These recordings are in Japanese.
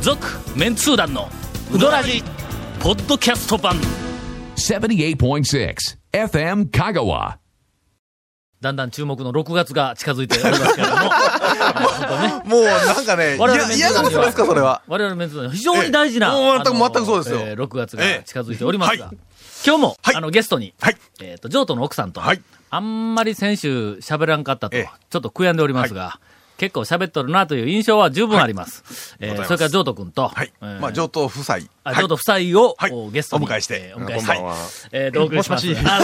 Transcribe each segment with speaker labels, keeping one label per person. Speaker 1: 続メンツー団のウドラジポッドキャスト版
Speaker 2: 78.6 FM Kagawa.
Speaker 1: だんだん注目の6月が近づいておりますけ れども本当ね
Speaker 3: もうなんかね、い
Speaker 1: 我々
Speaker 3: や
Speaker 1: メン
Speaker 3: 嫌
Speaker 1: ツ
Speaker 3: な
Speaker 1: 団
Speaker 3: こ
Speaker 1: には
Speaker 3: とですか、それは。
Speaker 1: 我々メンツ団には非常に大事な、
Speaker 3: ええもう全く
Speaker 1: あの
Speaker 3: 全くそうですよ
Speaker 1: えー6月
Speaker 3: え
Speaker 1: が
Speaker 3: え
Speaker 1: 近づいておりますが、
Speaker 3: はい
Speaker 1: 今日も、
Speaker 3: はい
Speaker 1: あのゲストに、
Speaker 3: はい
Speaker 1: えっ、と、譲渡の奥さんと、
Speaker 3: はい
Speaker 1: あんまり先週喋らんかったと、
Speaker 3: ええ
Speaker 1: ちょっと悔やんでおりますが、結構喋っとるなという印象は十分あります。えー
Speaker 3: ございます
Speaker 1: それから譲渡君と、
Speaker 3: はい。
Speaker 1: えー
Speaker 3: まあ、上等夫妻。
Speaker 1: あ
Speaker 3: はい
Speaker 1: 譲渡夫妻を、
Speaker 3: はい
Speaker 1: おゲストに
Speaker 3: お迎えして
Speaker 1: お迎えし
Speaker 3: こんばんは
Speaker 1: て、えーとお送りします。もし清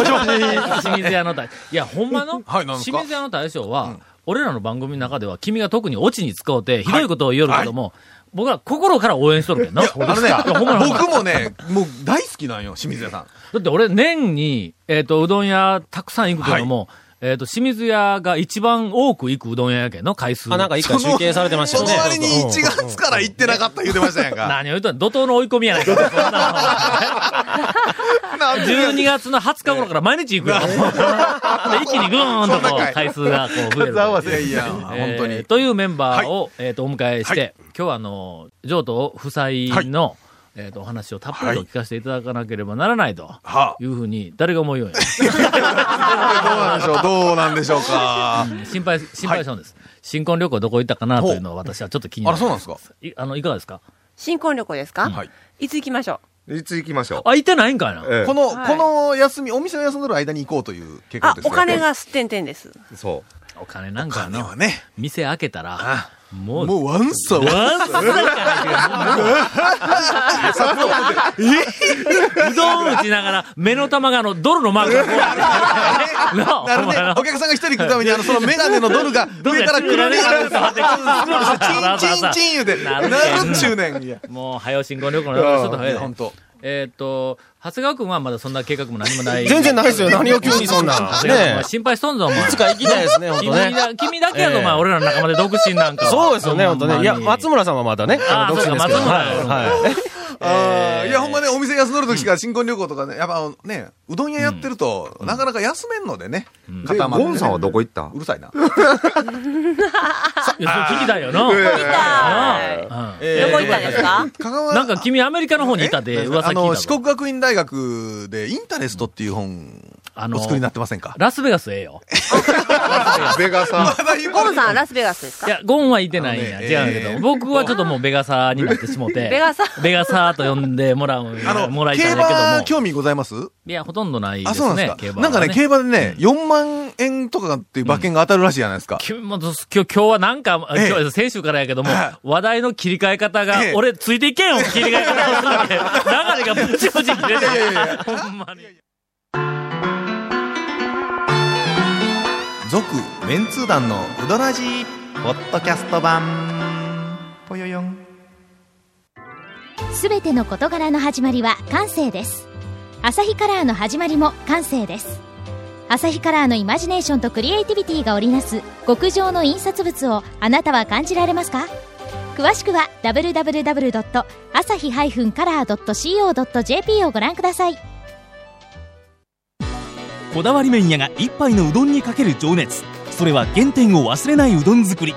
Speaker 1: 水屋の大、いや、ほんまの、
Speaker 3: はいなんです
Speaker 1: 清
Speaker 3: か
Speaker 1: 水屋の大将は、俺らの番組の中では、君が特にオチに使うて、ひどいことを言うけども、僕は心から応援しとるけどな。
Speaker 3: あのね
Speaker 1: いやほんまにほんまに
Speaker 3: 僕もね、もう大好きなんよ、清水屋さん。
Speaker 1: だって俺、年に、えっ、と、うどん屋たくさん行くけども、えっ、と、清水屋が一番多く行くうどん屋やけんの、回数。
Speaker 4: あ、なんか一回集計されてました
Speaker 3: そ
Speaker 4: よ
Speaker 3: の
Speaker 4: ね。
Speaker 3: 割に1月から行ってなかった言ってましたやんか。
Speaker 1: 何を言うとん怒涛の追い込みやないか。そん な
Speaker 3: なんで
Speaker 1: 12月の20日頃から毎日行くよ。 で一気にぐーんとこう回数がこう増える。
Speaker 3: いやいや、
Speaker 1: えー
Speaker 3: 本当に。
Speaker 1: というメンバーを、えー、とお迎えして、
Speaker 3: はい
Speaker 1: 今日はあの、譲渡夫妻の、えー、とお話をたっぷりと聞かせていただかなければならないと。
Speaker 3: はあ。
Speaker 1: いうふうに、誰が思うように、
Speaker 3: どうなんでしょう、どうなんでしょうか。
Speaker 1: 心配、心配したんです。新婚旅行どこ行ったかなというのは私はちょっと気にな
Speaker 3: あ
Speaker 1: る。
Speaker 3: ら、そうなんですか。
Speaker 1: いあの、いかがですか
Speaker 5: 新婚旅行ですか、
Speaker 3: はい。
Speaker 5: い、つ行きましょ
Speaker 6: いつ行きましょう。
Speaker 1: あ、行ってないんかいな。
Speaker 6: ええ
Speaker 3: この、
Speaker 5: はい
Speaker 3: この休み、お店を休んでる間に行こうという計
Speaker 5: う
Speaker 3: 画
Speaker 5: あ
Speaker 3: で、す
Speaker 5: お
Speaker 3: ね
Speaker 5: 金。がすってんてんです。
Speaker 6: そ
Speaker 1: お金なん
Speaker 3: お
Speaker 1: か
Speaker 3: 金は
Speaker 1: の、
Speaker 3: ね、
Speaker 1: 店開けたら、もう、
Speaker 3: もうワンサー。
Speaker 1: わんさかないけどもううどん打ちながら、目の玉があの、ドルのマークがこうなってる なあ
Speaker 3: なる
Speaker 1: お
Speaker 3: ね
Speaker 1: 前、
Speaker 3: お客さんが一人来るために、あの、そのメガネのドルが
Speaker 1: ドル
Speaker 3: 上
Speaker 1: が
Speaker 3: から黒にあるんですよ。チンチンチン言うて、
Speaker 1: なる
Speaker 3: なる
Speaker 1: ね
Speaker 3: っちゅうねん。いや
Speaker 1: もう、早う新婚旅行の話ちょっと
Speaker 3: い
Speaker 1: 早い
Speaker 3: や
Speaker 1: ね
Speaker 3: 本当。
Speaker 1: えーっと、長谷川君はまだそんな計画も何もない。
Speaker 4: 全然ないですよ。何を急にそんな
Speaker 1: 長。谷川君
Speaker 4: ね
Speaker 1: は心配しとんぞ、お前。
Speaker 4: え。いつか行きたいですね、本当
Speaker 1: 君
Speaker 4: ね。
Speaker 1: だ君だけやぞ、
Speaker 4: ええ
Speaker 1: お前。俺らの仲間で独身なんかは。
Speaker 4: そうですよね、本当
Speaker 1: ほんま
Speaker 4: ね。い
Speaker 1: に
Speaker 4: や、松村さんはまだね、
Speaker 1: あ
Speaker 4: あの独身ですけど。
Speaker 1: そうか松村
Speaker 4: はいはい。
Speaker 3: あーいや、ほんまね、お店休んどる時から新婚旅行とかね、やっぱね、うどん屋やってると、なかなか休めんのでね。
Speaker 6: う。で、ゴンさんはどこ行ったん
Speaker 3: うるさいな。
Speaker 1: いや、それ聞きたいよな。聞き
Speaker 5: はい
Speaker 3: え
Speaker 5: どこ行ったんですか
Speaker 3: 香川
Speaker 1: なんか君アメリカの方にいたで、
Speaker 3: え
Speaker 1: 噂聞
Speaker 3: あ
Speaker 1: いたぞ
Speaker 3: の、四国学院大学で、インタレストっていう本、
Speaker 1: あの
Speaker 3: お作りになってませんか
Speaker 1: ラスベガスええよ。
Speaker 6: ベガ さん。
Speaker 5: ゴムさん、ラスベガスです
Speaker 1: い
Speaker 5: か
Speaker 1: や、ゴンはいてないんや。
Speaker 3: あのね
Speaker 1: 違うんやけど、
Speaker 3: えー
Speaker 1: 僕はちょっともうベガサーになってしもうて。
Speaker 5: ベガサー
Speaker 1: ベガサーと呼んでもらう、
Speaker 3: あ
Speaker 1: もら
Speaker 3: の、
Speaker 1: いたい
Speaker 3: 競
Speaker 1: んだけど
Speaker 3: 馬、
Speaker 1: も。
Speaker 3: 興味ございます
Speaker 1: いや、ほとんどないで
Speaker 3: あ、そう
Speaker 1: す
Speaker 3: なん
Speaker 1: ね
Speaker 3: です、
Speaker 1: 競
Speaker 3: か。
Speaker 1: 馬は
Speaker 3: なんかね、競馬でね、4万円とかっていう馬券が当たるらしいじゃないですか。
Speaker 1: 君もず今日、今日はなんか、あ
Speaker 3: ええ
Speaker 1: 今日、先週からやけども
Speaker 3: は、
Speaker 1: 話題の切り替え方が
Speaker 3: ええ、
Speaker 1: 俺、ついていけんよ、切り替え方をするわけ。流れがブチブチ切れてる。ほんまに。
Speaker 3: 続、メンツー団のうどらじ、ポッドキャスト版、ぽよよん。
Speaker 7: すべての事柄の始まりは感性ですアサヒカラーの始まりも感性ですアサヒカラーのイマジネーションとクリエイティビティが織りなす極上の印刷物をあなたは感じられますか詳しくは www.asahi-color.co.jp をご覧ください
Speaker 8: こだわり麺屋が一杯のうどんにかける情熱それは原点を忘れないうどん作り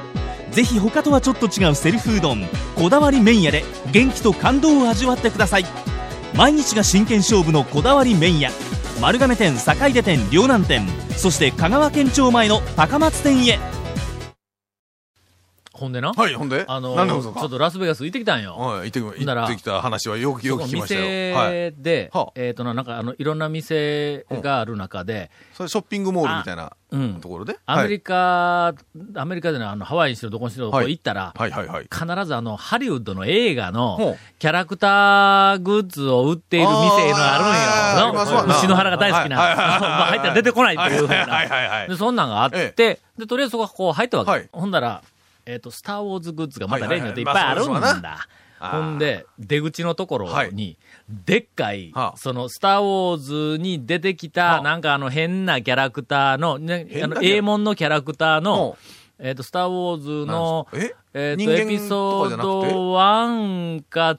Speaker 8: ぜひ他とはちょっと違うセルフうどんこだわり麺屋で元気と感動を味わってください毎日が真剣勝負のこだわり麺屋丸亀店坂出店龍南店そして香川県庁前の高松店へ
Speaker 1: ほんでな、
Speaker 3: はい、ほんで
Speaker 1: あの、
Speaker 3: 何
Speaker 1: ち
Speaker 3: でですか
Speaker 1: ょっとラスベガス行ってきたんよ。
Speaker 3: はい、行ってき
Speaker 1: なら
Speaker 3: 行ってきた話はよくよく聞きましたよ。は
Speaker 1: 店
Speaker 3: い。
Speaker 1: で、
Speaker 3: はいはあ
Speaker 1: えっ、とな、なんかあの、いろんな店がある中で、
Speaker 3: それショッピングモールみたいな
Speaker 1: うん
Speaker 3: ところで。
Speaker 1: アメ
Speaker 3: はい
Speaker 1: リカ、アメリカでのあの、ハワイにしろどこにしろこ
Speaker 3: は
Speaker 1: う
Speaker 3: い
Speaker 1: 行ったら、
Speaker 3: はいはいはい。
Speaker 1: 必ずあの、ハリウッドの映画
Speaker 3: ほ
Speaker 1: の
Speaker 3: う
Speaker 1: キャラクターグッズを売っている店のある
Speaker 3: あーあり
Speaker 1: んよ
Speaker 3: ますわ
Speaker 1: の。
Speaker 3: な
Speaker 1: 牛の腹が大好きな。
Speaker 3: はいはいはいはい
Speaker 1: まあ入ったら出てこないっていうふう
Speaker 3: はいはいはいはいは
Speaker 1: な。
Speaker 3: い
Speaker 1: で、そんなんがあって、で、とりあえずそここう入ったわけ。
Speaker 3: はい
Speaker 1: ほんだら、えっ、と、スター・ウォーズグッズがまた
Speaker 3: はい
Speaker 1: 例
Speaker 3: は
Speaker 1: に
Speaker 3: い
Speaker 1: よっ
Speaker 3: はい
Speaker 1: ていっぱいあるんだ。
Speaker 3: まあそうわな
Speaker 1: ほんで、出口のところに、
Speaker 3: は
Speaker 1: でっかい、
Speaker 3: はあ
Speaker 1: その、スター・ウォーズに出てきた、
Speaker 3: はあ
Speaker 1: なんかあの、変なキャラクターの、ね、あ
Speaker 3: 変
Speaker 1: の、
Speaker 3: なキャラ
Speaker 1: エーモンのキャラクターの
Speaker 3: ほ、
Speaker 1: えっ、と、スター・ウォーズの、
Speaker 3: なんですか
Speaker 1: え
Speaker 3: え
Speaker 1: っと、エ
Speaker 3: 人
Speaker 1: ピ
Speaker 3: 間
Speaker 1: ソ
Speaker 3: とか
Speaker 1: ー
Speaker 3: じゃなくて
Speaker 1: ド1か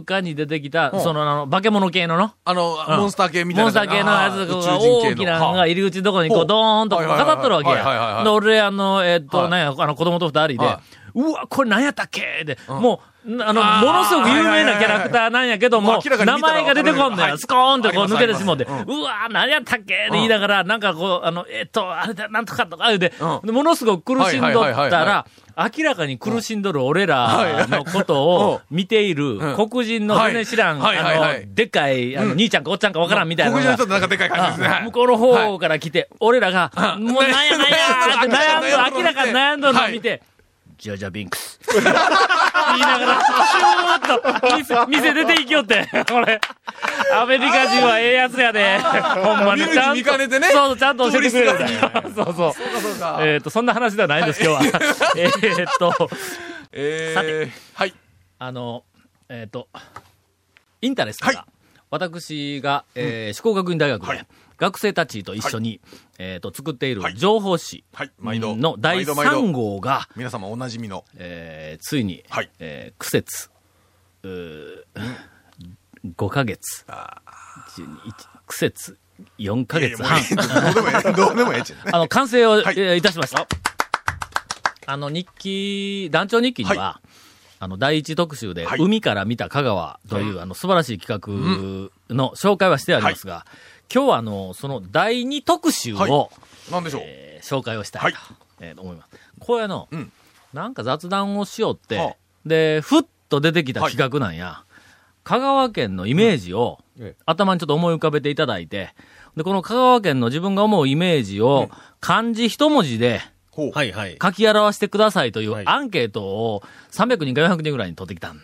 Speaker 1: 2かに出てきた、
Speaker 3: うん
Speaker 1: その、あの、化け物系のの、
Speaker 3: あの、
Speaker 1: うん
Speaker 3: モンスター系みたいな。
Speaker 1: モンスター系のやつが大きなのが
Speaker 3: い
Speaker 1: 入り口のところにこ
Speaker 3: ほ
Speaker 1: う
Speaker 3: う
Speaker 1: ドーンとこう
Speaker 3: はいはい
Speaker 1: 飾
Speaker 3: はい
Speaker 1: っとるわけ
Speaker 3: はいはいはいは
Speaker 1: や。
Speaker 3: い
Speaker 1: で、俺、あの、えっと、
Speaker 3: はい
Speaker 1: なんや、あの、子供と二人で
Speaker 3: は、
Speaker 1: うわ、これなんやったっけで、
Speaker 3: うん
Speaker 1: もう、あの、ものすごく有名なキャラクターなんやけど
Speaker 3: は
Speaker 1: も
Speaker 3: いはい、はい
Speaker 1: 名前が出てこんの
Speaker 3: は
Speaker 1: よ。
Speaker 3: い
Speaker 1: スコーンってこう抜けてしもうて、
Speaker 3: あり
Speaker 1: うわー、何やったっけって言いながら、なんかこう、あの、えっと、あれだ、なんとかとか言うて、
Speaker 3: う
Speaker 1: でものすごく苦しんど
Speaker 3: はい
Speaker 1: っ
Speaker 3: はい
Speaker 1: た
Speaker 3: はい
Speaker 1: ら
Speaker 3: は、
Speaker 1: 明らかに苦しんどる俺らのことを見ている
Speaker 3: うん
Speaker 1: 黒人の全然知らん、
Speaker 3: はいはいはい
Speaker 1: あ
Speaker 3: はい
Speaker 1: の、でっかい、あの、
Speaker 3: うん
Speaker 1: 兄ちゃんかおっちゃんかわからんみたいなの
Speaker 3: 黒
Speaker 1: が。
Speaker 3: 人の人ってなんかでかい感じですね。はい
Speaker 1: 向こうの方から来て、俺らが、もうなんやなんやーって悩んど る、明らかに悩んどるのを見て、ジョジョビンクス。 言いながら、シューッと 店、店出ていきよって。これ、アメリカ人はええやつやで。ほんまに。
Speaker 3: 見る
Speaker 1: ちゃんと、
Speaker 3: 見かねてね
Speaker 1: そうそう、ちゃんと教えてくれるんだよ。そうそう。
Speaker 3: そうか
Speaker 1: えっと、そんな話ではないんです、今日は。 えっと、
Speaker 3: え
Speaker 1: さ
Speaker 3: ー、はい。
Speaker 1: あの、えっ、と、インタレストが、
Speaker 3: は
Speaker 1: 私が、えー、志向学院大学で、
Speaker 3: はい
Speaker 1: 学生たちと一緒に、えっ、と、作っている
Speaker 3: はい
Speaker 1: 情報誌
Speaker 3: はい毎度
Speaker 1: の第
Speaker 3: 毎度毎度
Speaker 1: 3号が、
Speaker 3: 皆様おなじみの。
Speaker 1: えー、ついに、
Speaker 3: はい
Speaker 1: えー苦節、うー5ヶ月、12一苦節4ヶ月半、
Speaker 3: いやいやもうええどうでもええ。どうでもええっちゅうね
Speaker 1: あの、完成を、
Speaker 3: はい
Speaker 1: えーいたしました。あの、日記、団長日記には、あの、第一特集で、
Speaker 3: はい
Speaker 1: 海から見た香川という、あの、素晴らしい企画の紹介はしてありますが、今日は、あの、その第二特集を、
Speaker 3: はいなんでしょう。
Speaker 1: えー紹介をしたいと、
Speaker 3: はい
Speaker 1: えー思います。これあの、
Speaker 3: うん
Speaker 1: なんか雑談をしよって、
Speaker 3: はあ
Speaker 1: で、ふっと出てきた企画なんや、香川県のイメージを、頭にちょっと思い浮かべていただいて、で、この香川県の自分が思うイメージを、漢字一文字で
Speaker 3: ほう。
Speaker 4: はいはい。
Speaker 1: 書き表してくださいとい
Speaker 4: は
Speaker 1: う
Speaker 4: い
Speaker 1: アンケートを300人か400人ぐらいに取ってきたん。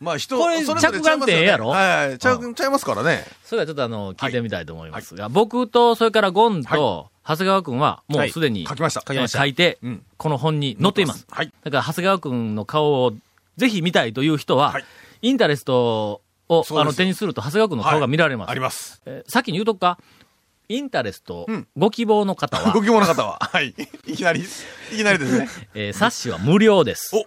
Speaker 3: まあ人、
Speaker 1: これ
Speaker 3: それぞれちゃいますよね
Speaker 1: 着眼点ええやろ
Speaker 3: はいはい。ちゃうちゃいますからね。
Speaker 1: それではちょっとあの、聞いてみたいと思いますが、僕と、それからゴンと、長谷川くんは、もうすでに、
Speaker 3: 書きました。
Speaker 1: えー書いて、
Speaker 3: うん
Speaker 1: この本に載っています。
Speaker 3: はい。
Speaker 1: だから、長谷川くんの顔をぜひ見たいという人は、
Speaker 3: はい
Speaker 1: インタレストを
Speaker 3: そうです
Speaker 1: あの手にすると、長谷川くんの顔が見られます。
Speaker 3: あります。
Speaker 1: えー先に言うとくか、インタレスト
Speaker 3: うん
Speaker 1: ご希望の方は、
Speaker 3: ご希望の方は。はい。いきなり、いきなりですね。
Speaker 1: えー冊子は無料です。
Speaker 3: お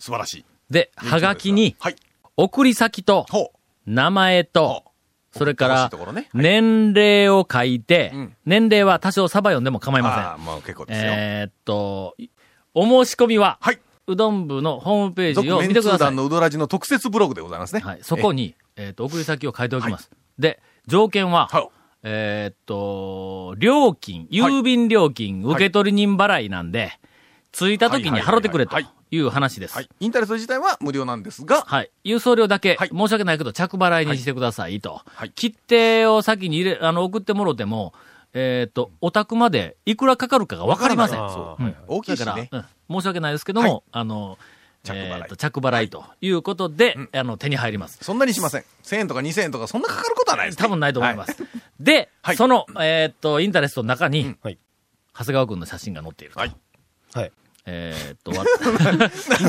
Speaker 3: 素晴らしい。
Speaker 1: で、はがきに、
Speaker 3: はい。
Speaker 1: 送り先と、
Speaker 3: ほ
Speaker 1: 名前と
Speaker 3: ほ、
Speaker 1: それか
Speaker 3: 詳し
Speaker 1: ら
Speaker 3: いところね、
Speaker 1: 年齢を書いて
Speaker 3: うん、
Speaker 1: 年齢は多少サバ読んでも構
Speaker 3: う。
Speaker 1: いません
Speaker 3: あ。あ、まあ結構ですよ。
Speaker 1: えーっと、お申し込みは、
Speaker 3: はい。
Speaker 1: うどん部のホームペー
Speaker 3: 続
Speaker 1: ジを
Speaker 3: メ
Speaker 1: 見
Speaker 3: ン
Speaker 1: て
Speaker 3: ツ
Speaker 1: くだ
Speaker 3: ー
Speaker 1: さ
Speaker 3: 団
Speaker 1: い。
Speaker 3: のうどらじの特設ブログでございますね。
Speaker 1: はい、そこ
Speaker 3: に。
Speaker 1: に、えーっと、送り先を書いておきます。で、条件は、
Speaker 3: はい
Speaker 1: えーっと、料金、郵便料金、
Speaker 3: い
Speaker 1: 受取人払いなんで、着いた時に払ってくれと
Speaker 3: はいはい
Speaker 1: いう話です。
Speaker 3: は
Speaker 1: はい
Speaker 3: い。インタレスト自体は無料なんですが、
Speaker 1: はい。郵送料だけ、
Speaker 3: はい
Speaker 1: 申し訳ないけど、着払いにしてくださいと。
Speaker 3: はい
Speaker 1: 切手を先に入れ、あの、送ってもろても、えーっと、お宅までいくらかかるかがわかりません。
Speaker 3: わ
Speaker 4: あ
Speaker 1: うん
Speaker 4: ー
Speaker 3: 大きいし
Speaker 1: だから、
Speaker 3: ね。
Speaker 1: うん申し訳ないですけども、あの、
Speaker 3: 着払い
Speaker 1: えーと着払いということで、あの、手に入ります。
Speaker 3: そんなにしません。1000円とか2000円とかそんなかかることはないです、ね。
Speaker 1: 多分ないと思います。で、
Speaker 3: はい
Speaker 1: その、えっ、と、インタレストの中に、
Speaker 4: はい
Speaker 1: 長谷川君の写真が載っていると。
Speaker 3: はい
Speaker 4: はい。
Speaker 1: えっ、と、わ
Speaker 3: はい。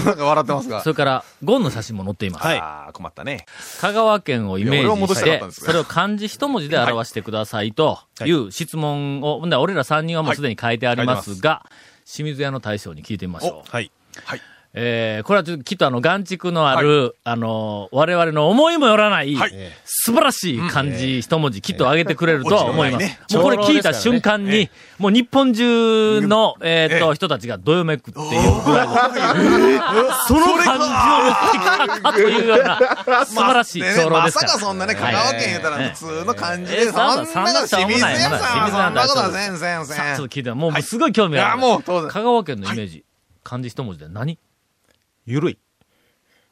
Speaker 3: なんか笑ってますが
Speaker 1: そ。れから、ゴンの写真も載っています。
Speaker 4: はい
Speaker 3: ああ、困ったね。
Speaker 1: 香川県をイメ
Speaker 3: いや俺は
Speaker 1: ージ
Speaker 3: 戻
Speaker 1: し
Speaker 3: したかってたんですけ
Speaker 1: そ
Speaker 3: ど
Speaker 1: れを漢字一文字で表してくださいという質問を、ほんで俺ら3人はもうすでに書いてありますが、清水屋の大将に聞いてみましょう。
Speaker 4: はい。
Speaker 3: はい。
Speaker 1: えーこれはちょっときっとあの、眼畜のある、あの、我々の思いもよらない、
Speaker 3: はい
Speaker 1: 素晴らしい漢字、一文字、きっと上げてくれるとは思います。
Speaker 3: え
Speaker 4: え
Speaker 1: もうこれ聞いた瞬間に、もう日本中の、えーっと、人たちがどよめくっていうぐらいの、その漢字を持 ってきたかというような、素晴らしい
Speaker 3: まあね
Speaker 1: 長老ですから。
Speaker 3: まさかそんなね、香川県言うたら普通の感じ
Speaker 1: ええ
Speaker 3: で、そんな
Speaker 1: え
Speaker 3: の
Speaker 1: え
Speaker 3: 清
Speaker 1: そんな
Speaker 3: 水屋さん、そんなことは
Speaker 1: 清
Speaker 3: せんせん
Speaker 1: さあち
Speaker 3: せ
Speaker 1: ょっ
Speaker 3: ん。
Speaker 1: と聞いて、もうすごい興味ある。
Speaker 3: いやもう当然
Speaker 1: 香川県のイメージ、漢字一文字で何
Speaker 4: ゆるい。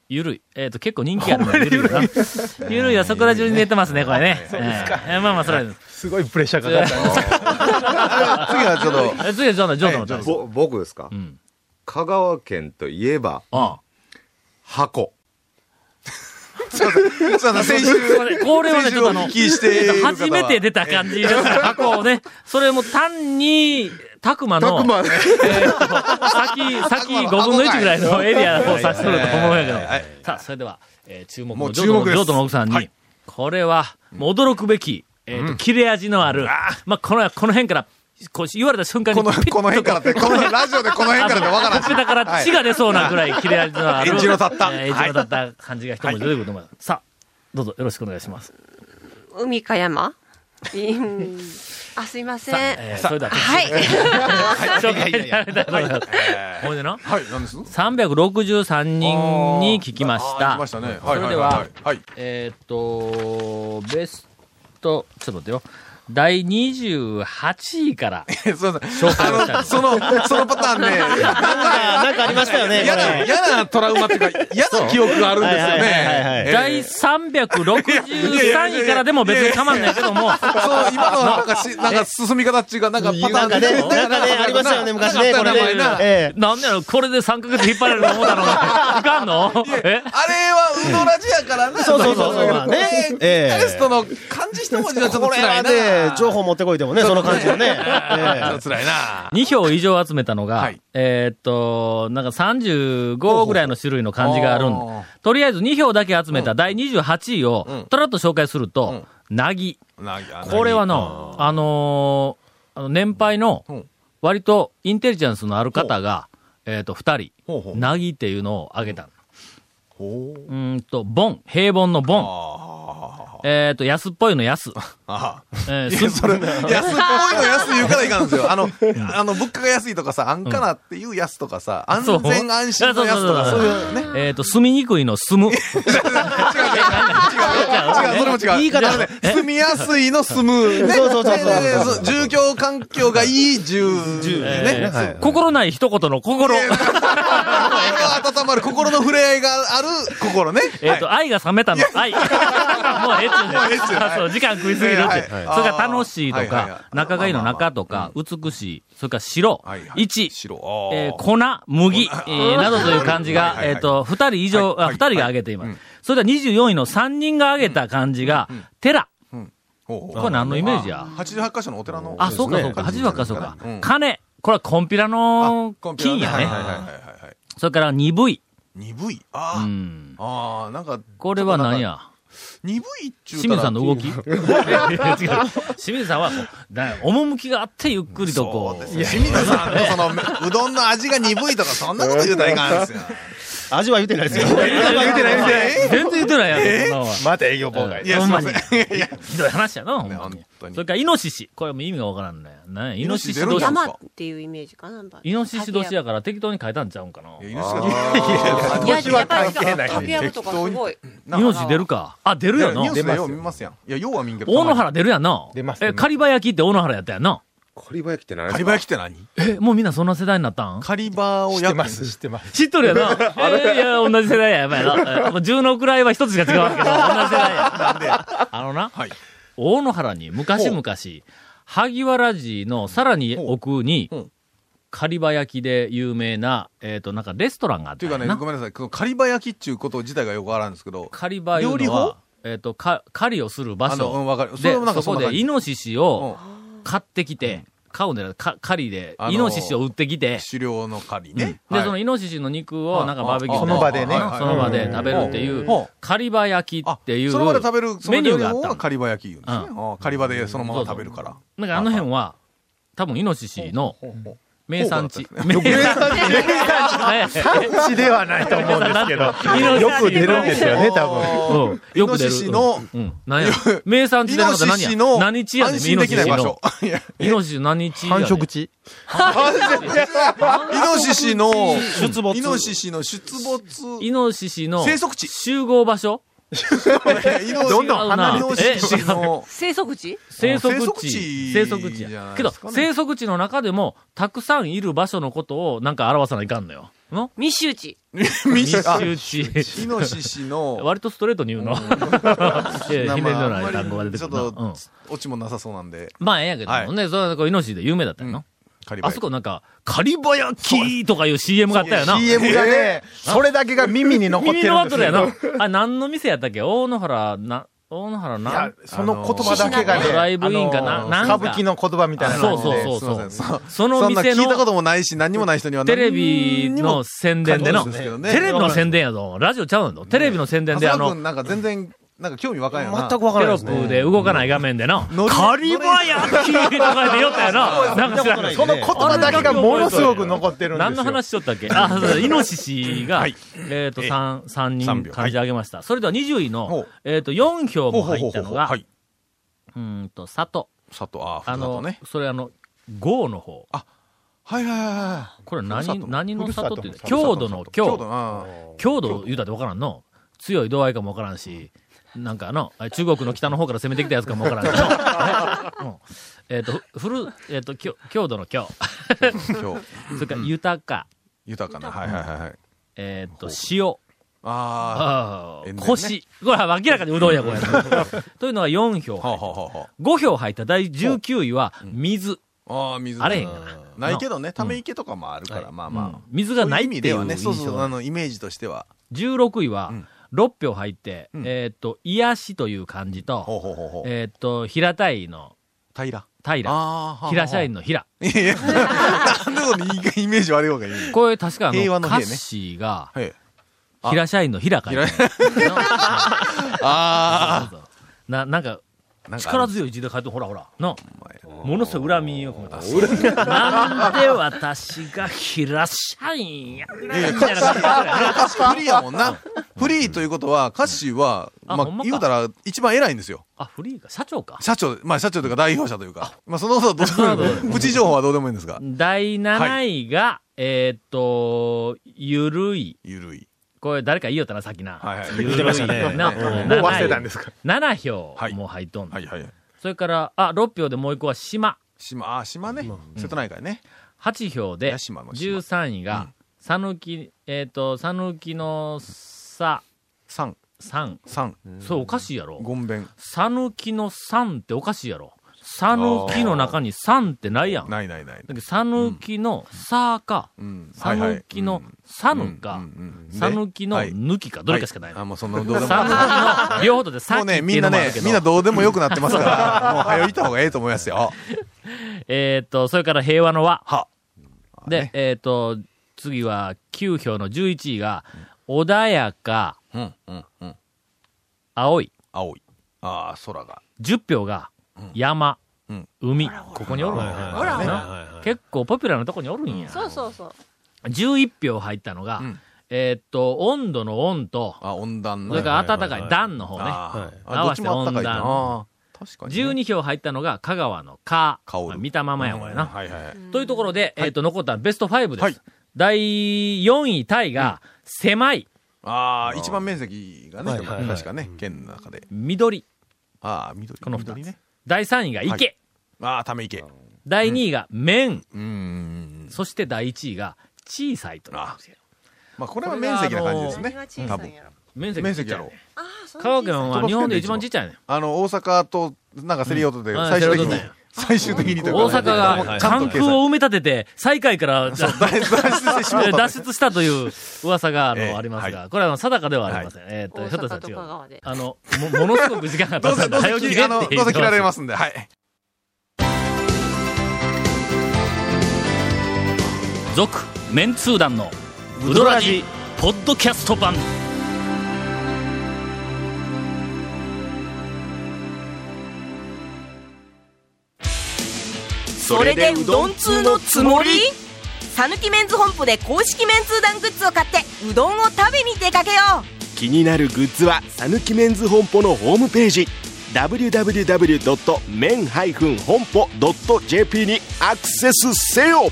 Speaker 1: ゆるい。えっ、と、結構人気あるな。ゆるいな。 ゆるいはそこら中に出てますね、これね。そうですか。えーまあまあ、それは。
Speaker 9: すごいプレッシャーかかった。
Speaker 3: 次はちょっと、
Speaker 1: え次はジョンの、ジョンの大将。
Speaker 6: ぼ僕ですか、
Speaker 1: ん
Speaker 6: 香川県といえば、
Speaker 1: あ
Speaker 6: 箱。
Speaker 3: すいません先週、
Speaker 1: あこれこれはね、ちょっとあの、
Speaker 3: 先週お聞きしている方は
Speaker 1: 初めて出た感じですね箱をね。それも単に、た くまの、
Speaker 6: 拓磨ね。
Speaker 1: えーと先、先5分の1ぐらいのエリアを指しとると思うんやけど。さあ、それでは、えー注目
Speaker 3: も
Speaker 1: の
Speaker 3: う
Speaker 1: ジョー
Speaker 3: 注目
Speaker 1: ト
Speaker 3: です
Speaker 1: の、ジョートの奥さんに、
Speaker 3: はい
Speaker 1: これは、もう驚くべき、えっ、と、切れ味のある、まあ、この、この辺から、こう言われた瞬間に
Speaker 3: この、
Speaker 1: ピッと
Speaker 3: この辺か らって、このラジオでこの辺からってわからんし。
Speaker 1: だから血が出そうなぐらい切れ味のある。
Speaker 3: エッジの立った
Speaker 1: えーエッジの立った感じが一文字出てくると思います。さあ、どうぞよろしくお願いします。
Speaker 5: 海か山いいうんあ、すいませ
Speaker 1: さ
Speaker 5: ん。
Speaker 1: えーそれでは、
Speaker 5: はい。
Speaker 1: ちょっとやりたいと思います。ほんでな、
Speaker 3: はい、何です
Speaker 1: 363人に聞きまし
Speaker 3: あー聞
Speaker 1: た
Speaker 3: きま。したね。
Speaker 1: そ
Speaker 3: はい、
Speaker 1: れ
Speaker 3: はい、
Speaker 1: では
Speaker 3: はい。はい。
Speaker 1: えーっと、ベスト、ちょっと待ってよ。第28位から。
Speaker 3: えすいま
Speaker 1: 紹介をし
Speaker 3: せん。
Speaker 1: た
Speaker 3: あの、その、そのパタ ーンね、
Speaker 4: なんかありましたよね。
Speaker 3: 嫌
Speaker 4: こ
Speaker 3: な、
Speaker 4: れ
Speaker 3: 嫌なトラウマっていうか、嫌な記憶があるんですよ
Speaker 4: はいはいはいは
Speaker 3: ね
Speaker 4: い。
Speaker 3: えー
Speaker 1: 第363位からでも別に構わないけども、
Speaker 3: そう、今のはなんか し、なんか進み方っていうか、なんかパタ
Speaker 4: な
Speaker 3: ー
Speaker 4: ん
Speaker 3: ン
Speaker 4: かね、なんかね、ありましたよね、昔ね、こ
Speaker 3: あ
Speaker 4: れね
Speaker 3: ったな前な。
Speaker 4: ええ
Speaker 1: なんでやろ、これで3ヶ月引っ張られると思うだろうな。いかんのえ
Speaker 3: あれはウドラジやからな。
Speaker 4: そうそうそうそう
Speaker 3: だけど
Speaker 4: ね
Speaker 3: ね
Speaker 4: ええ
Speaker 3: テストの漢字一文字はちょっと
Speaker 4: これ
Speaker 3: 辛
Speaker 4: はいね
Speaker 3: な。、
Speaker 4: 情報持ってこいでもね、その感じのね。
Speaker 3: ちょっ
Speaker 4: え
Speaker 3: と辛いな。
Speaker 1: 2票以上集めたのが、
Speaker 3: はい
Speaker 1: えーっと、なんか35ぐらいの種類の漢字があるん
Speaker 3: お
Speaker 1: で、とりあえず2票だけ集めた第28位を、
Speaker 3: うん
Speaker 1: とらっと紹介すると、なぎ。これはの、あのーあの年配の
Speaker 3: うん、
Speaker 1: 割とインテリジェンスのある方が、えーっと、2
Speaker 3: ほうほ
Speaker 1: 人、
Speaker 3: う
Speaker 1: なぎっていうのを挙げた。
Speaker 3: ほ
Speaker 1: うーんと、ボン、平凡のボン、
Speaker 3: あ
Speaker 1: えーっと、安っぽいの 安、
Speaker 3: あ。
Speaker 1: えー
Speaker 3: いや、
Speaker 1: す
Speaker 3: それ、安っぽいの安い言うからいかんですよ。あの、あの、物価が安いとかさ、安価なっていう安とかさ、安
Speaker 1: そう
Speaker 3: 全安心の安とか、
Speaker 1: そうそうそ
Speaker 3: そう
Speaker 1: う
Speaker 3: いうね。違う、違う、違う
Speaker 1: えーっと、住みにくいの住む。
Speaker 3: 違う、それも違う。
Speaker 4: 言い方
Speaker 3: あのね住みやすいの住む。ね
Speaker 4: そうそうそうそ
Speaker 3: ね
Speaker 4: う
Speaker 3: ねねそう住居環境がいい住。住。
Speaker 1: え
Speaker 3: ね。
Speaker 1: ー
Speaker 4: はいはい
Speaker 1: 心ない一言の心。
Speaker 3: 心が温まる、心の触れ合いがある心ね。
Speaker 1: えっと、愛が冷めたの。愛。 もうええっちゅうね
Speaker 3: もうええっちゅうね
Speaker 1: あそう、時間食いすぎるって。
Speaker 3: はいはい
Speaker 1: それから楽しいと
Speaker 3: はいはいは
Speaker 1: か、
Speaker 3: い
Speaker 1: 仲がいいの中とか、美しい。それから白
Speaker 3: はい。はい
Speaker 1: 一。
Speaker 3: 白。
Speaker 1: えー
Speaker 3: あー
Speaker 1: 粉、麦、えーなどという漢字が
Speaker 3: は、いはいはい
Speaker 1: えっと、二人以上、
Speaker 3: はい
Speaker 1: あ
Speaker 3: はい
Speaker 1: 二人が挙げています。それでは24位の三人が挙げた漢字が、寺。
Speaker 3: ほう
Speaker 1: これ何のイメージや
Speaker 3: 88箇所のお寺の。
Speaker 1: あ、そうかそうか。
Speaker 3: ですね
Speaker 1: 88かそうか
Speaker 3: うん。
Speaker 1: 金。これはコンピラの
Speaker 3: あコンピュ
Speaker 1: 金
Speaker 3: ータ
Speaker 1: や
Speaker 3: ーはいはい
Speaker 1: ね。
Speaker 3: はいはいはい。
Speaker 1: それから鈍い。
Speaker 3: 鈍い。
Speaker 1: う
Speaker 3: あ
Speaker 1: ん。
Speaker 3: あ。ああ、なんか。
Speaker 1: これは何
Speaker 3: ちょっ
Speaker 1: や
Speaker 3: となんか。鈍いっちゅう
Speaker 1: 清水さんの動きいや 違う清水さんはこう、だ趣があってゆっくりとこう。
Speaker 3: いや清水さんのその、うどんの味が鈍いとか、そんなこと言うたらいかんですよ。
Speaker 4: 味は言ってないですよ。
Speaker 3: 言うてない、言うてない。
Speaker 1: 全然言ってないやん、そんなもんは
Speaker 4: また営業妨
Speaker 1: 害
Speaker 3: いや、すいませ
Speaker 1: ほん
Speaker 3: ん。いや、
Speaker 1: ひどい話やな、ほんまに
Speaker 3: 本。当に
Speaker 1: それから、イノシシ。これも意味がわからんね。ねイノシシ
Speaker 3: イノシシ出る
Speaker 1: 同
Speaker 3: ん
Speaker 1: 士
Speaker 3: じゃん。
Speaker 5: 山っていうイメージかな。
Speaker 1: イノシシ同士
Speaker 5: や。
Speaker 1: やから適当に書いたんちゃうんかな。イ
Speaker 3: いや犬しかい
Speaker 5: いや、やっぱり竹山とかすごい。
Speaker 1: ノシシ出るか。あ、出る
Speaker 3: や
Speaker 1: よ
Speaker 3: いやニュ
Speaker 1: な
Speaker 3: ー。スでよう見ますやん。いや、ようは見んけど。
Speaker 1: 大野。原出るやんな。
Speaker 6: 出ますね
Speaker 1: え、カリバ焼きって大野原やったやんな。
Speaker 6: カリバ焼きって何ですか
Speaker 3: カリバ焼きって何
Speaker 1: え、もうみんなそんな世代になったん
Speaker 3: カリバをやってます。
Speaker 1: 知っとるやな。 えーいや、同じ世代や、やばいな。えもう10の位は一つしか違うわ けど、同じ世代や。
Speaker 3: なんで。は
Speaker 1: あのな。
Speaker 3: い。
Speaker 1: 大野原に昔々、萩原寺のさらに奥に
Speaker 3: ほうほう、
Speaker 1: カリバ焼きで有名な、えっ、と、なんかレストランがあっ
Speaker 3: ってていうかね、ごめんなさい。このカリバ焼きっていうこと自体がよくわからんですけど。
Speaker 1: カリバいう
Speaker 3: 料理
Speaker 1: のは
Speaker 3: 法、
Speaker 1: えっ、と、か狩りをする場
Speaker 3: あの、うん、
Speaker 1: 所。
Speaker 3: わかる。そ
Speaker 1: で
Speaker 3: れもなん、か
Speaker 1: そこ
Speaker 3: んな
Speaker 1: で
Speaker 3: 感じ
Speaker 1: イノシシを買ってきて、買うんだよ、か狩りで、
Speaker 3: あのー
Speaker 1: イノシシを売ってきて、
Speaker 3: 狩猟の狩りね。
Speaker 1: で、そのイノシシの肉を、
Speaker 3: はい
Speaker 1: なんかバーベキュー
Speaker 3: ああその場でね
Speaker 1: ああその場で食べるっていう
Speaker 3: うんうん、
Speaker 1: カリバ焼き
Speaker 3: あ
Speaker 1: っていう、
Speaker 3: その場で食べる、その
Speaker 1: メニュ
Speaker 3: 料
Speaker 1: ー
Speaker 3: 理
Speaker 1: があ
Speaker 3: の
Speaker 1: っ
Speaker 3: 方
Speaker 1: たの
Speaker 3: がカリバ焼き言うんですね。あカリバでそのまま食べるから。
Speaker 1: なんかあの辺は、多分イノシシの名産地。名産地。産 地
Speaker 9: ではないと思うんですけど、よく出るんですよね、多分。
Speaker 1: うんよく出る。
Speaker 3: イノシシの
Speaker 1: うん、うん何や。名産地だなって何
Speaker 3: イ
Speaker 1: や。
Speaker 3: ノシシの
Speaker 1: 何地やねん、
Speaker 3: 安
Speaker 1: イ
Speaker 3: 心
Speaker 1: ノ
Speaker 3: で
Speaker 1: シ
Speaker 3: きない
Speaker 1: シ
Speaker 3: 場
Speaker 1: の
Speaker 3: 所。。いや
Speaker 1: イノシシの何地やねん。
Speaker 3: イノ
Speaker 9: 地
Speaker 3: シシの、
Speaker 4: 出没
Speaker 3: イノシシの出没。
Speaker 1: イノシシの
Speaker 3: 生息地
Speaker 1: 集合場所
Speaker 3: イノシシ
Speaker 1: どんどん離れて
Speaker 3: イノシシの、
Speaker 5: 生息地
Speaker 1: 生息
Speaker 3: 生息
Speaker 1: 地。
Speaker 3: 地
Speaker 1: 生息地
Speaker 3: じゃ
Speaker 1: や
Speaker 3: な。い
Speaker 1: け
Speaker 3: で
Speaker 1: ど
Speaker 3: すか、ね
Speaker 1: 生息地の中でも、たくさんいる場所のことをなんか表さないかんのよ。の
Speaker 5: 密集地。
Speaker 3: 密
Speaker 1: 密
Speaker 3: 集
Speaker 1: 集地。
Speaker 3: イノシシの、
Speaker 1: 割とストレートに言うの。ひねりのない単語が出て
Speaker 3: ち
Speaker 1: く
Speaker 3: ょっ
Speaker 1: るな。うん
Speaker 3: と、オチもなさそうなんで、
Speaker 1: まあ、ええんやけどもね、それはこうイノシシで有名だったよな。
Speaker 3: カリバ
Speaker 1: あ
Speaker 3: 焼
Speaker 1: そ
Speaker 3: き。
Speaker 1: こなんか、カリバヤキとかいう CM があったよな。
Speaker 9: CM がね、それだけが耳に残ってるん
Speaker 1: 耳
Speaker 9: です
Speaker 1: の
Speaker 9: よ。
Speaker 1: 後だよな。あ、何の店やったっけ大野原、な、大野原
Speaker 9: い
Speaker 1: な
Speaker 9: や、、その言葉だけがね、
Speaker 1: ドライブインかな
Speaker 9: あの
Speaker 1: なんか
Speaker 9: 歌舞伎の言葉みたいな
Speaker 1: そ
Speaker 9: 感
Speaker 1: う
Speaker 9: じ
Speaker 1: そう
Speaker 9: で。
Speaker 1: そうそう。
Speaker 3: すいません
Speaker 1: その
Speaker 3: そんな
Speaker 1: 店
Speaker 3: 聞いたこ
Speaker 1: の
Speaker 3: ともないし、何にもない人には
Speaker 1: テレビの宣伝での、
Speaker 3: 感動ですけどね
Speaker 1: テレビの宣伝やぞ。ラジオちゃうのテレビの宣伝であ
Speaker 3: あの、
Speaker 1: の、
Speaker 3: 君なんか全然、なんか興味若いよな。
Speaker 4: 全くわか
Speaker 1: テ
Speaker 4: らな
Speaker 1: ロ
Speaker 4: いです
Speaker 1: ップ
Speaker 4: ね。
Speaker 1: で動かない画面での、
Speaker 3: ノリ
Speaker 1: カリバヤキとかでよったよな。なんか知らんけど
Speaker 9: その言葉だけがものすごく残ってるんですよ。
Speaker 1: 何の話しとったっけあ、そうだイノシシが、
Speaker 3: はい
Speaker 1: えっ、と、3、三人
Speaker 3: 三秒
Speaker 1: 感じ上げました。それでは20位
Speaker 3: ほ
Speaker 1: の
Speaker 3: う、
Speaker 1: えっ、と、4票
Speaker 3: ほ
Speaker 1: も
Speaker 3: うほう
Speaker 1: 入
Speaker 3: ほ
Speaker 1: っ
Speaker 3: うほ
Speaker 1: た
Speaker 3: う
Speaker 1: のが、
Speaker 3: はい。
Speaker 1: うーんと、里。
Speaker 3: 佐藤、あ、
Speaker 1: あ
Speaker 3: ふるさと
Speaker 1: の、
Speaker 3: ね。
Speaker 1: それあの、郷の方。
Speaker 3: はいはいはいは
Speaker 1: これ
Speaker 3: ふるさ
Speaker 1: 何、
Speaker 3: と
Speaker 1: 何の里って言う
Speaker 9: ふるさと
Speaker 1: 郷土の
Speaker 3: い。京都
Speaker 1: 郷。
Speaker 3: な。
Speaker 1: 郷土言うたってわからんの。強い度合いかもわからんし、なんかの、あれ中国の北の方から攻めてきたやつかもわからんしの うんえっと、ふる、えっと、郷郷土の郷。
Speaker 3: 京
Speaker 1: それから豊か、
Speaker 3: 豊かな。はいはいはいはい。
Speaker 1: えっと、塩。
Speaker 3: あ
Speaker 1: ああ
Speaker 3: 塩田ね
Speaker 1: 腰。これは明らかにうどんや、こ れ。というのが4票
Speaker 3: あ。。はあはあは
Speaker 1: 5票入った第19位は、水。
Speaker 3: あ。ああ、水。
Speaker 1: あれへんかな
Speaker 3: うんないけどね、ため池とかもあるから、まあ
Speaker 1: うん
Speaker 3: まあ。
Speaker 1: 水がないってい
Speaker 3: 意味
Speaker 1: う
Speaker 3: で
Speaker 1: 印
Speaker 3: はね、そう
Speaker 1: 象
Speaker 3: そう、
Speaker 1: が
Speaker 3: あの、イメージとしては。
Speaker 1: 16位は
Speaker 3: うん、
Speaker 1: 6票入って、
Speaker 3: うん
Speaker 1: えーっと、癒しという漢字
Speaker 3: ほう
Speaker 1: と、
Speaker 3: ほうほうほう。
Speaker 1: えーっと、平たいの
Speaker 3: 平。
Speaker 1: 平、
Speaker 3: ああ、
Speaker 1: 平社
Speaker 3: い
Speaker 1: 員の平。
Speaker 3: いやいや、なんでこの言いイメージ悪い方がいい。
Speaker 1: これ確かあ
Speaker 3: 平
Speaker 1: の、
Speaker 3: 和の平
Speaker 1: 歌
Speaker 3: ね
Speaker 1: 詞が、
Speaker 3: はい。あ
Speaker 1: 平社員の平かいてあるの
Speaker 3: あ
Speaker 1: そうそう な、なんか、
Speaker 3: あ、なんか
Speaker 1: 力強い字で書いて、ほらほら、の、
Speaker 3: お前
Speaker 1: ものすごい恨みを込めた。なんで私が平社員やみたいな感じ や
Speaker 3: 歌詞フリーやもんな。フリーということは、歌詞は、
Speaker 1: あ
Speaker 3: ま
Speaker 1: ほんま
Speaker 3: あ、
Speaker 1: か
Speaker 3: 言うたら一番偉いんですよ。
Speaker 1: あ、フリーか、社長か。
Speaker 3: 社長、まあ社長というか代表者というか。まあそのことはどう
Speaker 1: なるほ
Speaker 3: でもいい。プチ情報はどうでもいいんですが。
Speaker 1: 第7位が、えーっと、ゆるい。
Speaker 3: ゆるい。
Speaker 1: これ誰か言いよったな、さっきな。
Speaker 3: はいはい
Speaker 1: ゆる
Speaker 9: 言ってましたね
Speaker 1: いな。
Speaker 3: もう
Speaker 9: もう忘れたんですか
Speaker 1: 7票
Speaker 3: はい
Speaker 1: もう入っとんの、
Speaker 3: はいはい。
Speaker 1: それから、あ、6票でもう一個は島。
Speaker 3: 島、あ、島ね。瀬戸内海ね。
Speaker 1: 8票で、
Speaker 3: 屋島の島
Speaker 1: 13位が、さぬき、えーっと、さぬきのさ、
Speaker 3: 三、
Speaker 1: さん。
Speaker 3: 三、
Speaker 1: そう、おかしいやろ。
Speaker 3: ごんべん。
Speaker 1: さぬきのさんっておかしいやろ。さぬきの中にさんってないやん。だ
Speaker 3: ないないない
Speaker 1: け。ど、さぬきのさか、
Speaker 3: うん。
Speaker 1: さぬきのさぬか、さぬきの
Speaker 3: はい
Speaker 1: ぬきか、どれかしかない
Speaker 3: あ、
Speaker 1: の。
Speaker 3: もうそんなどうでもいい
Speaker 1: さぬきの両方でさ
Speaker 3: も
Speaker 1: っ
Speaker 3: う
Speaker 1: きって
Speaker 3: ね、み
Speaker 1: い
Speaker 3: ん
Speaker 1: うの
Speaker 3: な
Speaker 1: もある
Speaker 3: ね
Speaker 1: け、ど
Speaker 3: みんなどうでもよくなってま すから、もう早いた方がええと思いますよ。
Speaker 1: えーっと、それから平和の和。
Speaker 3: は。
Speaker 1: で、
Speaker 3: ね
Speaker 1: えーっと、次は9票の11位が、穏やか、
Speaker 3: うん、うん、うん。
Speaker 1: 青い。
Speaker 3: 青い。ああ、空が。
Speaker 1: 10票が、山、
Speaker 3: うん
Speaker 1: 海。ここにおるんや
Speaker 5: ほらほら。
Speaker 1: な結構ポピュラーなとこにおるんや。
Speaker 5: そうそうそう。
Speaker 1: 11票入ったのが、
Speaker 3: うん
Speaker 1: えーっと、温度の温と、
Speaker 3: あ、温暖
Speaker 1: そ
Speaker 3: の。
Speaker 1: れから暖
Speaker 9: は
Speaker 1: か
Speaker 9: いはいはいい
Speaker 1: 暖の方ね。
Speaker 3: あー
Speaker 1: はい
Speaker 3: あどっちもあったかい
Speaker 1: 合
Speaker 3: な
Speaker 1: わ。
Speaker 3: 確かにね。
Speaker 1: 12票入ったのが香川の蚊。
Speaker 3: 香る
Speaker 1: まあ見たままやこれ
Speaker 3: うん
Speaker 1: な。
Speaker 3: はいはい。
Speaker 1: というところで、えーっと、残ったベスト5です。
Speaker 3: はい
Speaker 1: 第4位タイが、狭い、
Speaker 3: ああ、一番面積がね
Speaker 4: はいはい、はい
Speaker 3: 確かね、県の中で。
Speaker 1: 緑。
Speaker 3: ああ、緑。
Speaker 1: この二つ
Speaker 3: 緑ね。
Speaker 1: 第3位が池。
Speaker 3: はああ、ため池。う
Speaker 1: 第2位が麺。
Speaker 3: ーん。
Speaker 1: そして第1位が小さいと。
Speaker 3: あまあ、これは面積な感じです
Speaker 5: 何
Speaker 3: ね多
Speaker 5: が。小さいん
Speaker 3: 分
Speaker 5: や。ろ。
Speaker 1: 面積
Speaker 3: 面
Speaker 1: ちっ
Speaker 3: 積
Speaker 1: ちゃ
Speaker 3: や
Speaker 1: いね
Speaker 3: ろ。
Speaker 5: ああ、そう
Speaker 1: 香川県は日本で一番ちっちゃいね。
Speaker 3: あの、大阪と、なんか競り合うとで、
Speaker 1: うん
Speaker 3: 最終的
Speaker 1: 競り合
Speaker 3: に
Speaker 1: うと、
Speaker 3: 最終的にという
Speaker 1: 大
Speaker 3: か
Speaker 1: 阪
Speaker 3: ね。
Speaker 1: が関 空を埋め立てて、最下位から
Speaker 3: そう脱出してしまった と。
Speaker 1: 脱出したという噂があ
Speaker 3: ええ
Speaker 1: のあります
Speaker 3: は
Speaker 1: が、これはあの定かではありません。えっと、
Speaker 5: 大
Speaker 1: ひょっとしたら
Speaker 5: 阪と
Speaker 1: 違
Speaker 5: 香
Speaker 1: う。
Speaker 5: 川で。
Speaker 1: あの、もものすごく時間が
Speaker 3: ど
Speaker 1: 経
Speaker 3: う
Speaker 1: った
Speaker 3: せ、
Speaker 1: んで、早起
Speaker 3: どうせ
Speaker 1: き
Speaker 3: 切、
Speaker 1: で
Speaker 3: あ
Speaker 1: っ
Speaker 3: の、
Speaker 1: て。
Speaker 3: どうせ切られますすんで、はい。
Speaker 1: 続、メンツー団の、ウドラジ、ポッドキャスト版。
Speaker 10: それでうどん通のつもりさぬきメンズ本舗で公式メンツー団グッズを買ってうどんを食べに出かけよ
Speaker 11: 気になるグッズはさぬきメンズ本舗のホームページ www.men-honpo.jp にアクセスせよ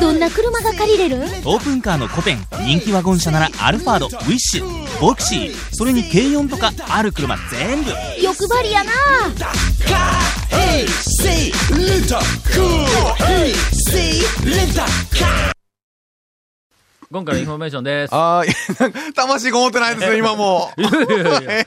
Speaker 7: どんな車が借りれる
Speaker 8: オープンカーの古典人気ワゴン車ならアルファードウィッシュボクシーそれに軽4とかある車全部
Speaker 7: 欲張りやな
Speaker 1: 今回のインフォメーションです。
Speaker 3: あーいや魂こもってないですよ、今もう。
Speaker 1: いやいやいや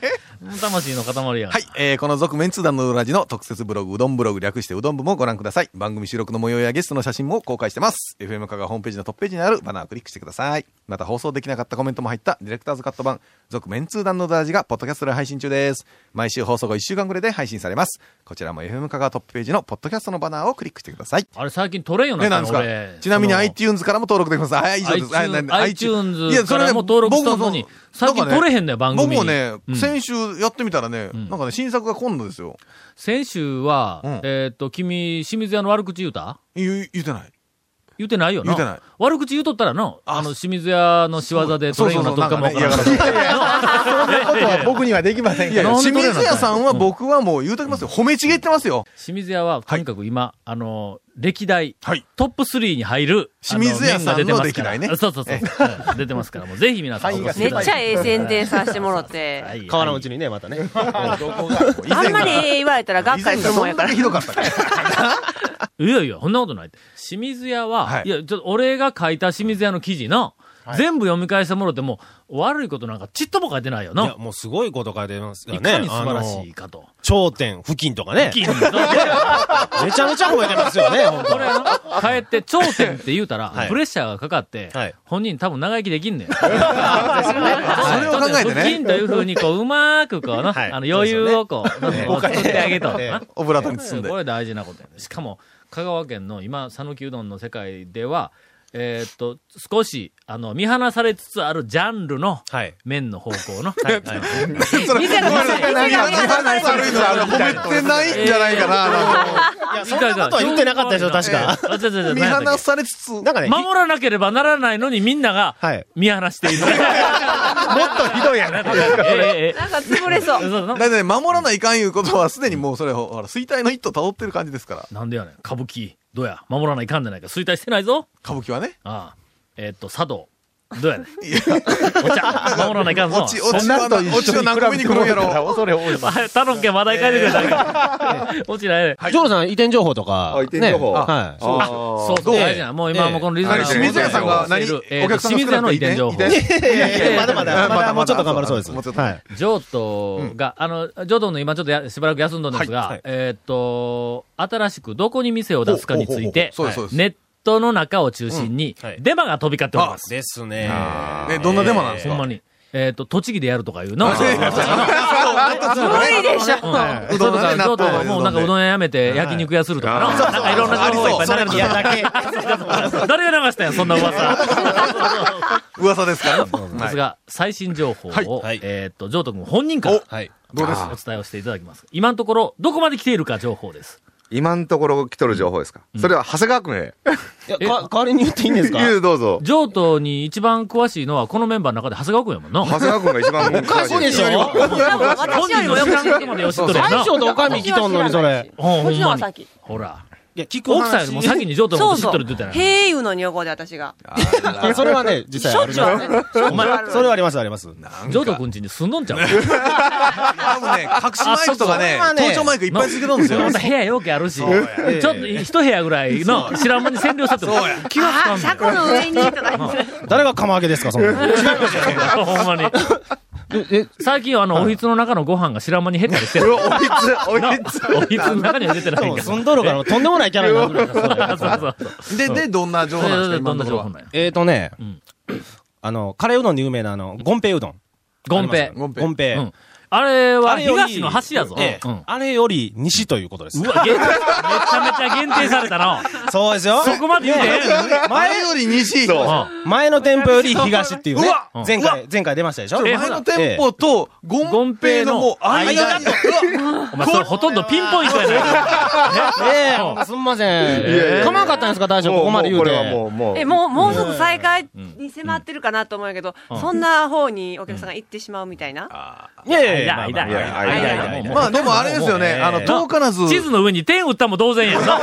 Speaker 1: 魂の塊やん。
Speaker 3: はい、えー、この続メンツ団の裏地の特設ブログ、うどんブログ略してうどん部もご覧ください。番組収録の模様やゲストの写真も公開してます。FM カがホームページのトップページにあるバナーをクリックしてください。また放送できなかったコメントも入ったディレクターズカット版、続メンツ団の裏地がポッドキャストで配信中です。毎週放送後1週間ぐらいで配信されます。こちらも FM カがトップページのポッドキャストのバナーをクリックしてください。
Speaker 1: あれ最近取れんように
Speaker 3: ね、
Speaker 1: な
Speaker 3: な
Speaker 1: っ
Speaker 3: ん
Speaker 1: た
Speaker 3: です
Speaker 1: の
Speaker 3: か
Speaker 1: 俺。
Speaker 3: ちなみに
Speaker 1: その
Speaker 3: iTunes からも登録できます。はい、以上です。は
Speaker 1: iTunes
Speaker 3: いなんで
Speaker 1: iTunes
Speaker 3: いやそ
Speaker 1: か
Speaker 3: れね
Speaker 1: らも登録したのに
Speaker 3: 僕も
Speaker 1: 最近
Speaker 3: なんかね
Speaker 1: 取れへんね番組に
Speaker 3: 僕もね
Speaker 1: う、ん
Speaker 3: 先週やってみたらね、なんかね、新作が今度ですよ。
Speaker 1: 先週は、
Speaker 3: うん
Speaker 1: えーっと、君、清水屋の悪口言うた
Speaker 3: 言う言うてない。
Speaker 1: 言ってないよな。
Speaker 3: 言うてない
Speaker 1: 悪口言うとったらな、あの、清水屋の仕業で取れんようなとっかもわからん
Speaker 3: そうそうそうなんかね嫌がら
Speaker 1: な
Speaker 3: そんなことは僕にはできません
Speaker 1: から
Speaker 3: 清水屋さんは僕はもう言うときますよ。褒めちぎってますよ。
Speaker 1: 清水屋は、とにかく今、あの、歴代、トップ3に入る、
Speaker 3: 清水屋さんの
Speaker 1: あ面が出てますから
Speaker 3: 歴代ね
Speaker 1: そうそうそう。うん出てますから、もうぜひ皆さんお越し
Speaker 5: め
Speaker 1: い
Speaker 5: った
Speaker 1: だい
Speaker 5: ち
Speaker 1: て
Speaker 5: ゃええ宣伝させてもろて。
Speaker 1: はい
Speaker 4: 川のうちにね、またね。
Speaker 5: あんまりええ言われたらがっかりするもんやから。
Speaker 1: いやいや、そんなことないって。清水屋は、い、や、ちょっと俺が書いた清水屋の記事な、全部読み返してもろても、悪いことなんかちっとも書いてないよ
Speaker 4: い
Speaker 1: な。
Speaker 4: や、もうすごいこと書いてますから
Speaker 1: い
Speaker 4: ね。
Speaker 1: かに素晴らしいかと。
Speaker 4: あの頂点、付近とかね。
Speaker 1: 付近
Speaker 4: めちゃめちゃ褒めてますよね、ほんと
Speaker 1: これあの、帰って頂点って言うたら、
Speaker 4: はい
Speaker 1: プレッシャーがかかって、本人多分長生きできん ねん。それ
Speaker 3: れを考えてね
Speaker 1: 金というふうに、こう、うまーくこうな、あの余裕をこう、こう作ってあげと。な
Speaker 3: オブラートに包んで
Speaker 1: こ。れ大事なことやね。しかも、香川県の今、讃岐うどんの世界では、えーっと、少し、あの、見放されつつあるジャンルの、麺の方向の。
Speaker 3: それ
Speaker 5: 見て
Speaker 3: ご
Speaker 5: る
Speaker 3: めんなさい
Speaker 5: 見てる
Speaker 3: 何話悪いのはあの褒めてないんじゃないかな。
Speaker 4: いや、そんなことは言ってなかったでしょ、確か。
Speaker 1: あの。違う違う違う
Speaker 3: 見
Speaker 1: 何やったっ
Speaker 3: 放
Speaker 1: け
Speaker 3: されつつ、
Speaker 4: なんかね、
Speaker 1: 守らなければならないのにみんなが見放してい る。
Speaker 4: もっとひ どいやな。
Speaker 1: ええええ
Speaker 5: なんか潰 れそう。
Speaker 1: そうな
Speaker 3: だいたい守らないかんいうことはすでにもうそれほら衰退の一途辿ってる感じですから。
Speaker 1: なんでやねん。歌舞伎、どうや。守らないかんじゃないか。衰退してないぞ。
Speaker 3: 歌舞伎はね。
Speaker 1: ああ。えっと、茶道。どうやねん。お茶、守らないかんぞ
Speaker 3: 落。ち、落ちはな、落ちを何個目に来るんやろ。
Speaker 9: 恐れ多いわ。
Speaker 1: あタロンケ話題変えてくれたらいいか落ちないね。
Speaker 4: ジョーさん、移転情報とか。
Speaker 6: あ移転情報
Speaker 4: ねは
Speaker 6: あー
Speaker 1: そう、そう大事な。もう今もうこのリズム
Speaker 3: 清水屋さんが何、
Speaker 1: え
Speaker 3: お
Speaker 1: ー
Speaker 3: 客
Speaker 1: と
Speaker 3: さん
Speaker 1: 清
Speaker 3: が少
Speaker 1: 水
Speaker 3: な
Speaker 1: 屋
Speaker 3: く
Speaker 1: の
Speaker 3: て
Speaker 1: 移
Speaker 3: いいね
Speaker 1: 転情報。
Speaker 4: い。いやいやまだまだ、まだもうちょっと頑張るそうです。
Speaker 3: もうちょっと
Speaker 4: はい。
Speaker 1: 上都が、あの、上都の今ちょっとやしばらく休んだんですが、えーっと、新しくどこに店を出すかについて、
Speaker 3: ほうほうほうそうですそうです
Speaker 1: ネットの中を中心に、
Speaker 4: うんはい
Speaker 1: デマが飛び交っております。
Speaker 4: ですね。
Speaker 3: ね、どんなデマなんです
Speaker 1: ほん
Speaker 3: か
Speaker 1: まに。えーっ、と、栃木でやるとかいうの。うん
Speaker 5: 無理でしょ。
Speaker 1: そうとか、上都はもうなんかうどん屋やめて焼肉屋するとかな。なんかいろんな情報がいっぱい流れて
Speaker 4: いや、だけ。
Speaker 1: る。誰が流したんや、そんな噂。
Speaker 3: 噂ですから。
Speaker 1: ですが、最新情報を、
Speaker 4: はい
Speaker 1: えーっと、上都君本人から、
Speaker 3: どうです
Speaker 1: お伝えをしていただきます。今のところ、どこまで来ているか情報です。
Speaker 6: 今のところ来とる情報ですか、それは長谷川君へ。
Speaker 4: いや、か代わりに言っていいんですか
Speaker 6: いいどうぞ。
Speaker 1: 上都に一番詳しいのは、このメンバーの中で長谷川君やもんな。
Speaker 6: 長谷川君が一番おか
Speaker 4: しいでしょ
Speaker 5: 多分
Speaker 1: 本
Speaker 5: 私
Speaker 1: 人の
Speaker 5: より
Speaker 1: 予
Speaker 5: もよく
Speaker 1: 算額までよしっとるやん
Speaker 4: 大
Speaker 1: な。
Speaker 4: 将とおかみ来とんのに、それ。
Speaker 1: ほん
Speaker 5: こっちの
Speaker 1: ま
Speaker 5: が
Speaker 1: に。
Speaker 5: 先。
Speaker 1: ほら。
Speaker 4: いや、聞く
Speaker 1: 奥さんよりも先に上等のこ
Speaker 5: そう
Speaker 1: と知っ
Speaker 5: そ
Speaker 1: とるって言
Speaker 5: う。
Speaker 1: って
Speaker 5: へえ言うのに横で私が。
Speaker 4: いやそれはね、実
Speaker 5: し
Speaker 4: 際
Speaker 5: ょ
Speaker 4: あ
Speaker 5: っ
Speaker 4: り
Speaker 5: ちゅうあ
Speaker 4: ま
Speaker 5: る
Speaker 4: す。
Speaker 5: ね。しょっちゅうある
Speaker 4: それはあります、あります。
Speaker 1: たな。上都君ちに住んどんちゃう
Speaker 3: 多分ね、隠しマイクとかね、盗聴マイ クいっぱいついてるんですよ。
Speaker 1: また部屋よくあるし、ちょっと一部屋ぐらいの知らん間に占領したってこと気が
Speaker 5: あ、
Speaker 1: つかん
Speaker 5: 車
Speaker 1: の
Speaker 5: 庫
Speaker 1: よ。
Speaker 5: の上にとか言って。
Speaker 4: 誰が釜揚げですか、そん なの。
Speaker 1: ほんま に。最近はあの、おひつの中のご飯が知らん間に減ったりしてる。
Speaker 6: おひつ、おひつ。
Speaker 1: おひつの中には出てないか
Speaker 4: そんどろからとんでもないキャラになってるから
Speaker 1: ら。 そうそうそう。
Speaker 3: で、で、どんな情報なんです
Speaker 1: そ
Speaker 3: か
Speaker 1: れど
Speaker 3: 今
Speaker 1: ん
Speaker 3: の
Speaker 1: な
Speaker 3: とこ
Speaker 1: 情
Speaker 3: ろ
Speaker 1: 報
Speaker 3: は。
Speaker 1: なんや。
Speaker 4: えーとね
Speaker 1: ん、
Speaker 4: あの、カレーうどんで有名な、あの、ゴンペイうどん。
Speaker 1: ゴンペイ。
Speaker 3: ゴンペ
Speaker 4: ゴンペイ。
Speaker 1: うんあれは
Speaker 4: あれより
Speaker 1: 東の橋やぞ。
Speaker 4: ええ
Speaker 1: うん
Speaker 4: あれより西ということです
Speaker 1: う。わ、限めちゃめちゃ限定されたな。
Speaker 4: そうですよ。
Speaker 1: そこまで言うてええのに
Speaker 3: 前より西。前
Speaker 1: う
Speaker 4: 前の店舗より東っていうね
Speaker 3: う
Speaker 1: わ。
Speaker 4: 前回、前回出ましたでしょ
Speaker 1: ええ
Speaker 3: の店舗と、ゴンペイのもう間に。
Speaker 1: んお前、それほとんどピンポイントやね
Speaker 4: ええ
Speaker 1: う
Speaker 4: すんません。構わんかったんですか、大将、ここまで言
Speaker 6: も
Speaker 4: う
Speaker 6: こ
Speaker 4: て。
Speaker 6: れはもう、もう。
Speaker 5: え、もう、もうすぐ再開に迫ってるかなと思うんやけど、そんな方にお客さんが行ってしまうみたいな。
Speaker 4: いやいやいや
Speaker 1: 間、
Speaker 4: まあまあ
Speaker 1: 間、
Speaker 6: いや
Speaker 1: 間、
Speaker 6: いやいや
Speaker 1: 間
Speaker 6: いや
Speaker 1: 間
Speaker 3: まあでもあれですよね、あの、遠からず。
Speaker 1: 地図の上に点打ったも同然やんな。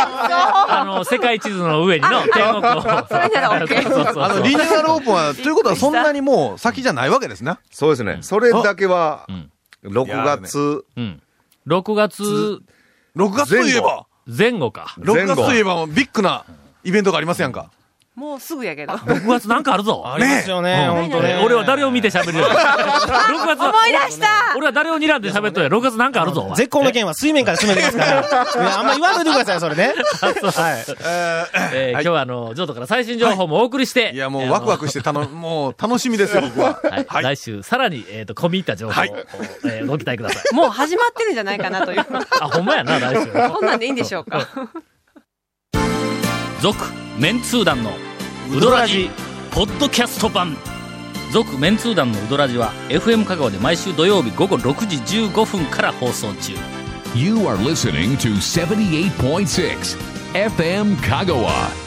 Speaker 1: あの、世界地図の上にの点をこう。
Speaker 5: それなら OK
Speaker 1: そうそうそう
Speaker 3: あの、リニューアルオープンは、ということはそんなにもう先じゃないわけですね。
Speaker 6: そうですね。それだけは
Speaker 1: ん、
Speaker 6: 6月
Speaker 1: うん。6月
Speaker 3: 6月といえば、
Speaker 1: 前後か。
Speaker 6: 前
Speaker 3: 6
Speaker 6: 後
Speaker 3: 月といえばもうビッグなイベントがありますやんか。
Speaker 5: もうすぐやけど。
Speaker 1: 6月なんかあるぞ。
Speaker 4: ありますよね、本当ね。
Speaker 1: 俺は誰を見て喋るよ。6月は、
Speaker 5: 思い出した
Speaker 1: 俺は誰を睨んで喋っとるや。6月なんかあるぞ。お前
Speaker 4: 絶好の件は水面から進めてま すから。いやあんま言わんといてください、それね。はい。
Speaker 1: えー今日はあの、ジョートから最新情報もお送りして。
Speaker 3: いや、もうワクワ
Speaker 1: ク。
Speaker 3: クして、たの、もう楽しみですよ、僕は。
Speaker 1: あのはい来週、さらに、えっと、込み入った情報を、
Speaker 3: はい
Speaker 1: えーご期待ください。
Speaker 5: もう始まってるんじゃないか なという。
Speaker 1: あ、ほんまやな、来週。
Speaker 5: こんなんでいいんでしょうか。
Speaker 1: 続メンツー団のウドラジポッドキャスト版続メンツー団のウドラジは FM 香川で毎週土曜日午後6時15分から放送中
Speaker 2: You are listening to 78.6 FM Kagawa.